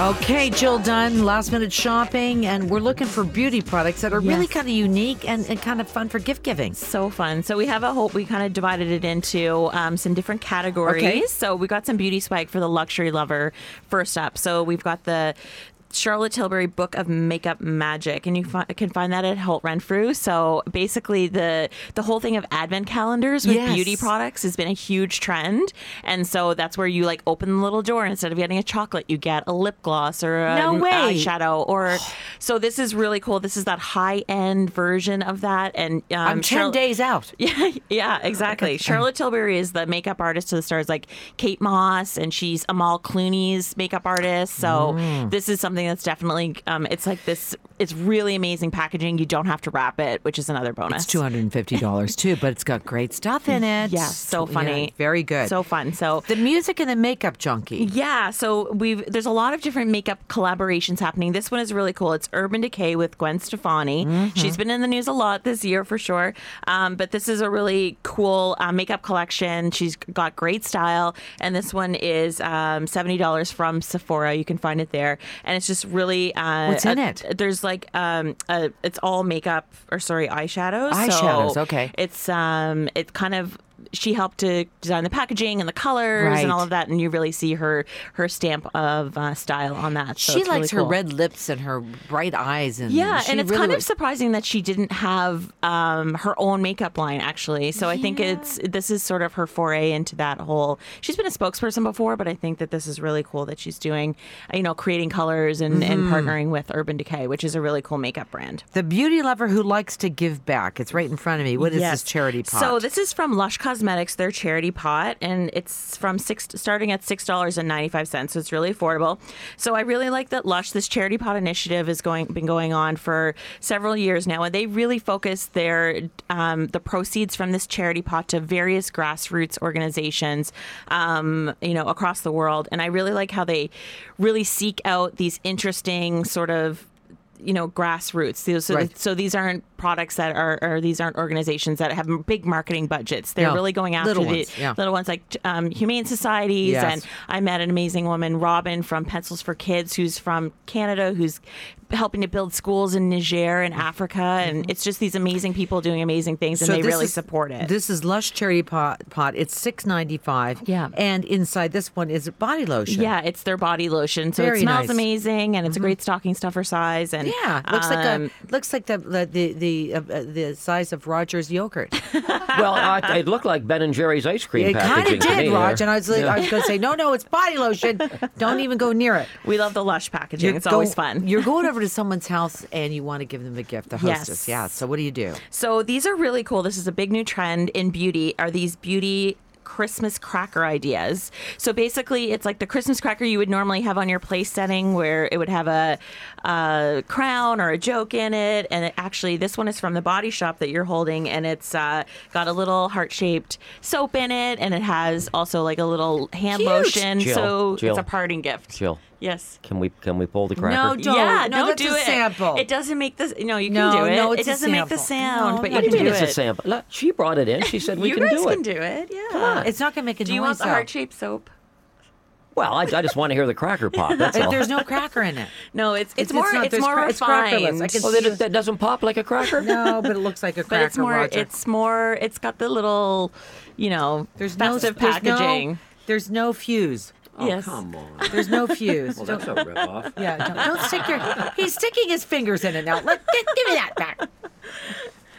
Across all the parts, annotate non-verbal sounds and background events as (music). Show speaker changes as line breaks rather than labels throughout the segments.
Okay, Jill Dunn, last minute shopping, and we're looking for beauty products that are really
Yes.
kind of unique and, and kind of fun for gift giving.
So fun. So we have a whole, we kind of divided it into um, some different categories.
Okay.
So we got some beauty swag for the luxury lover first up. So we've got the Charlotte Tilbury Book of Makeup Magic, and you fi- can find that at Holt Renfrew. So basically, the the whole thing of advent calendars with
Yes.
beauty products has been a huge trend, and so that's where you like open the little door and instead of getting a chocolate, you get a lip gloss or a
No
an
way.
eyeshadow. Or so this is really cool. This is that high end version of that, and um,
I'm 10
Charlotte-
days out.
Yeah, (laughs) yeah, exactly. Charlotte Tilbury is the makeup artist to the stars, like Kate Moss, and she's Amal Clooney's makeup artist. So
Mm.
this is something that's definitely, um, it's like this, it's really amazing packaging. You don't have to wrap it, which is another bonus.
It's $250 too, but it's got great stuff in it.
Yes, so
Yeah,
funny,
very good.
so fun. So
the music and the makeup junkie.
Yeah, so we've there's a lot of different makeup collaborations happening. This one is really cool. It's Urban Decay with Gwen Stefani.
Mm-hmm.
She's been in the news a lot this year for sure. Um, but this is a really cool uh, makeup collection. She's got great style, and this one is um, seventy dollars from Sephora. You can find it there, and it's just really uh,
What's in
a-
it?
There's like um, a, it's all makeup or sorry eyeshadows.
Eyeshadows,
So
okay.
It's um, it kind of. She helped to design the packaging and the colors and
Right.
all of that that, and you really see her her stamp of uh, style on that. So
she
it's
likes her
really cool.
red lips and her bright eyes. And
Yeah,
she
and it's
really
kind of
likes-
surprising that she didn't have um, her own makeup line actually. So I think it's this is sort of her foray into that whole. She's been a spokesperson before, but I think that this is really cool that she's doing, uh, you know, creating colors and, and
Mm-hmm.
partnering with Urban Decay, which is a really cool makeup brand.
The beauty lover who likes to give back. It's right in front of me. What is
Yes.
this charity pot?
So this is from Lush Cosmetics, their charity pot, and it's from six starting at six dollars and ninety five cents. So it's really affordable. So I really like that Lush, this charity pot initiative, is going been going on for several years now, and they really focus their um, the proceeds from this charity pot to various grassroots organizations, um, you know, across the world. And I really like how they really seek out these interesting sort of you know grassroots so, so,
Right.
so these aren't products that are or these aren't organizations that have big marketing budgets they're
No.
really going after
Little
the
ones, yeah.
little ones like um, humane societies
Yes.
and i met an amazing woman robin from pencils for kids who's from canada who's helping to build schools in niger and africa and it's just these amazing people doing amazing things and
Mm-hmm. So
they
this
really
is-
support it
This is Lush Charity Pot. pot. It's six ninety five.
Yeah.
And inside this one is body lotion.
yeah, it's their body lotion, so
Very
it smells
nice. Mm-hmm.
amazing, and it's a great stocking stuffer size. And
Yeah. Looks
um,
like a looks like the the the the, uh, uh, the size of Roger's yogurt.
well, I, it looked like Ben and Jerry's ice cream
It kind
packaging
of
to me uh,
did,
there.
Rog. And I was like,
Yeah.
I was going to say, no, no, it's body
(laughs)
lotion. Don't even go near it.
we love the lush packaging; it's
Go-
always
(laughs)
fun.
You're
(laughs)
going over to someone's house and you want to give them a gift, the
Yes.
hostess. Yeah. So what do you do?
So these are really cool. This is a big new trend in beauty. Are these beauty Christmas cracker ideas? So basically, it's like the Christmas cracker you would normally have on your place setting, where it would have a, a crown or a joke in it. And it actually, this one is from the body shop that you're holding, and it's uh, got a little heart shaped soap in it, and it has also like a little hand
Cute.
lotion.
Jill,
so
Jill,
it's a parting gift.
Jill,
Yes.
can we can we pull the cracker?
No, don't.
yeah,
no,
don't
that's
do
a
it.
sample.
It doesn't make the no. You
No,
can do it.
no, it's
it
a
doesn't make the
sample.
sound,
No,
but
no,
you
What do
can
you mean
do
it's
it.
a sample? Look, She brought it in. She said we
you
can
guys
do it.
can do it. Yeah.
It's not going to make a
do
noise.
you want the
though.
heart shaped soop?
Well, I, I just want to hear the cracker pop. That's
If
all.
There's
(laughs)
no cracker in it.
No, it's
It's-
it's,
it's
more
not-
it's,
there's
more
cra- it's crackerless. I
refined.
can
Oh, that, that doesn't pop like a cracker.
No, but it looks like a
but
cracker.
it's more
Roger.
it's more it's got the little you know
There's no
festive
there's no-
packaging.
There's no, fuse.
Oh,
yes.
come on.
There's no fuse.
Well,
Don't-
that's a ripoff.
yeah, don't, don't stick your. He's sticking his fingers in it now. Let, gi- give me that back.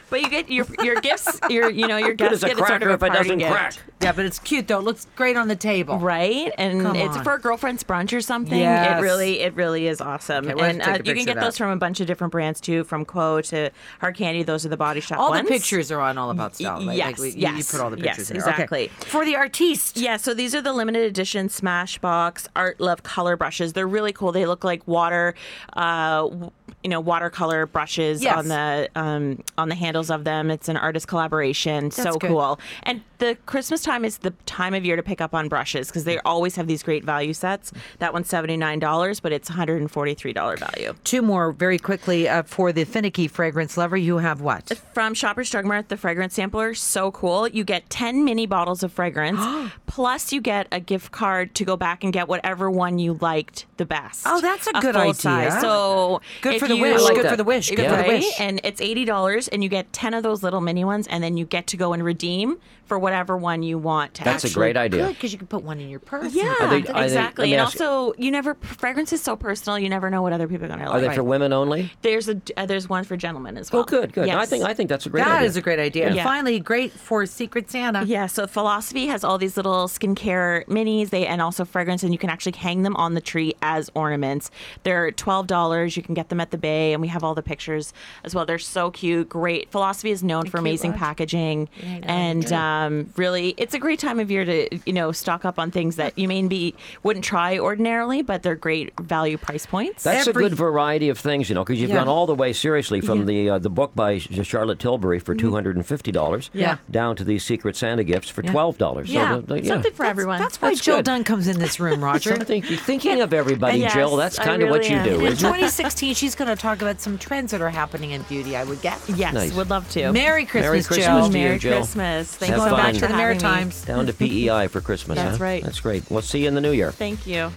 But you get your your
(laughs)
gifts your you know your
Good
guests
as a
get sort of
cracker
a
if it
party
doesn't
gift.
crack.
Yeah, but it's cute though. It looks great on the table.
Right, and
Come
it's
on.
for a girlfriend's brunch or something.
Yes.
It really, it really is awesome.
Okay, we'll have
and uh,
to take a picture
you can
of
get
that.
those from a bunch of different brands too, from Quo to Hard Candy. Those are the body shop
All
ones.
the pictures are on All About Style. Like,
yes,
like we- you- you,
yes,
put all the
yes,
pictures in there. Okay.
exactly.
For the artiste.
Yeah, so these are the limited edition Smashbox Art Love color brushes. They're really cool. They look like water, uh, w- you know watercolor brushes
Yes.
on the um, on the handles of them. It's an artist collaboration. so
good.
cool. And the Christmas time is the time of year to pick up on brushes because they always have these great value sets. That one's seventy nine dollars, but it's one hundred and forty three dollar value.
Two more very quickly uh, for the finicky fragrance lover. You have what?
from Shoppers Drug Mart, the fragrance sampler, so cool. You get 10 mini bottles of
(gasps)
fragrance, plus you get a gift card to go back and get whatever one you liked the best.
Oh, that's a good
full
idea.
Size. So
Good
if
for the
you-
wish.
like
good
that.
for the wish. Good
Yeah.
for the
Right?
wish.
And it's $80 and you get 10 of those little mini ones and then you get to go and redeem for whatever one you want to
That's a
actually
great idea.
because you can put one in your purse.
yeah,
Are they- are they-
exactly.
let me
and
ask you-
also, you never fragrance is so personal. You never know what other people are going to
Are
like.
they for women only?
There's a uh, there's one for gentlemen as well.
Oh, good, good. No, I think I think that's a great.
That
idea.
is a great idea. And
Yeah.
finally, great for Secret Santa.
Yeah, so Philosophy has all these little skincare minis, they and also fragrance, and you can actually hang them on the tree as ornaments. They're twelve dollars. You can get them at the Bay, and we have all the pictures as well. They're so cute. Great. Philosophy is known for amazing packaging, and um, really, it's a great time of year to you know stock up on things that you may be wouldn't try ordinarily, but they're great value price points.
That's
Every-
a good variety of things, you know, because you've
Yeah.
gone all the way seriously from the uh, the book by Sh- Charlotte Tilbury
Mm-hmm.
for two hundred and fifty dollars,
Yeah.
down to these Secret Santa gifts for twelve dollars.
yeah,
so, the- the-
something for everyone.
That's why
That's
Jill
good.
Dunn comes in this (laughs) room, Roger.
Something- you're thinking of everybody,
Yes,
Jill. That's
I
kind of what
really
you
am.
do,
In
(laughs) isn't it?
2016, she's going to talk about some trends that are happening in beauty, I would guess.
yes,
Nice.
would love to.
Merry Christmas,
Christmas
Jill.
to you.
Merry
Jill.
Christmas. Thanks
Have
so
fun.
much
Back
for
to the
having me.
Maritimes.
Down to PEI E for Christmas.
That's
huh?
right.
That's great. We'll see you in the new year.
Thank you.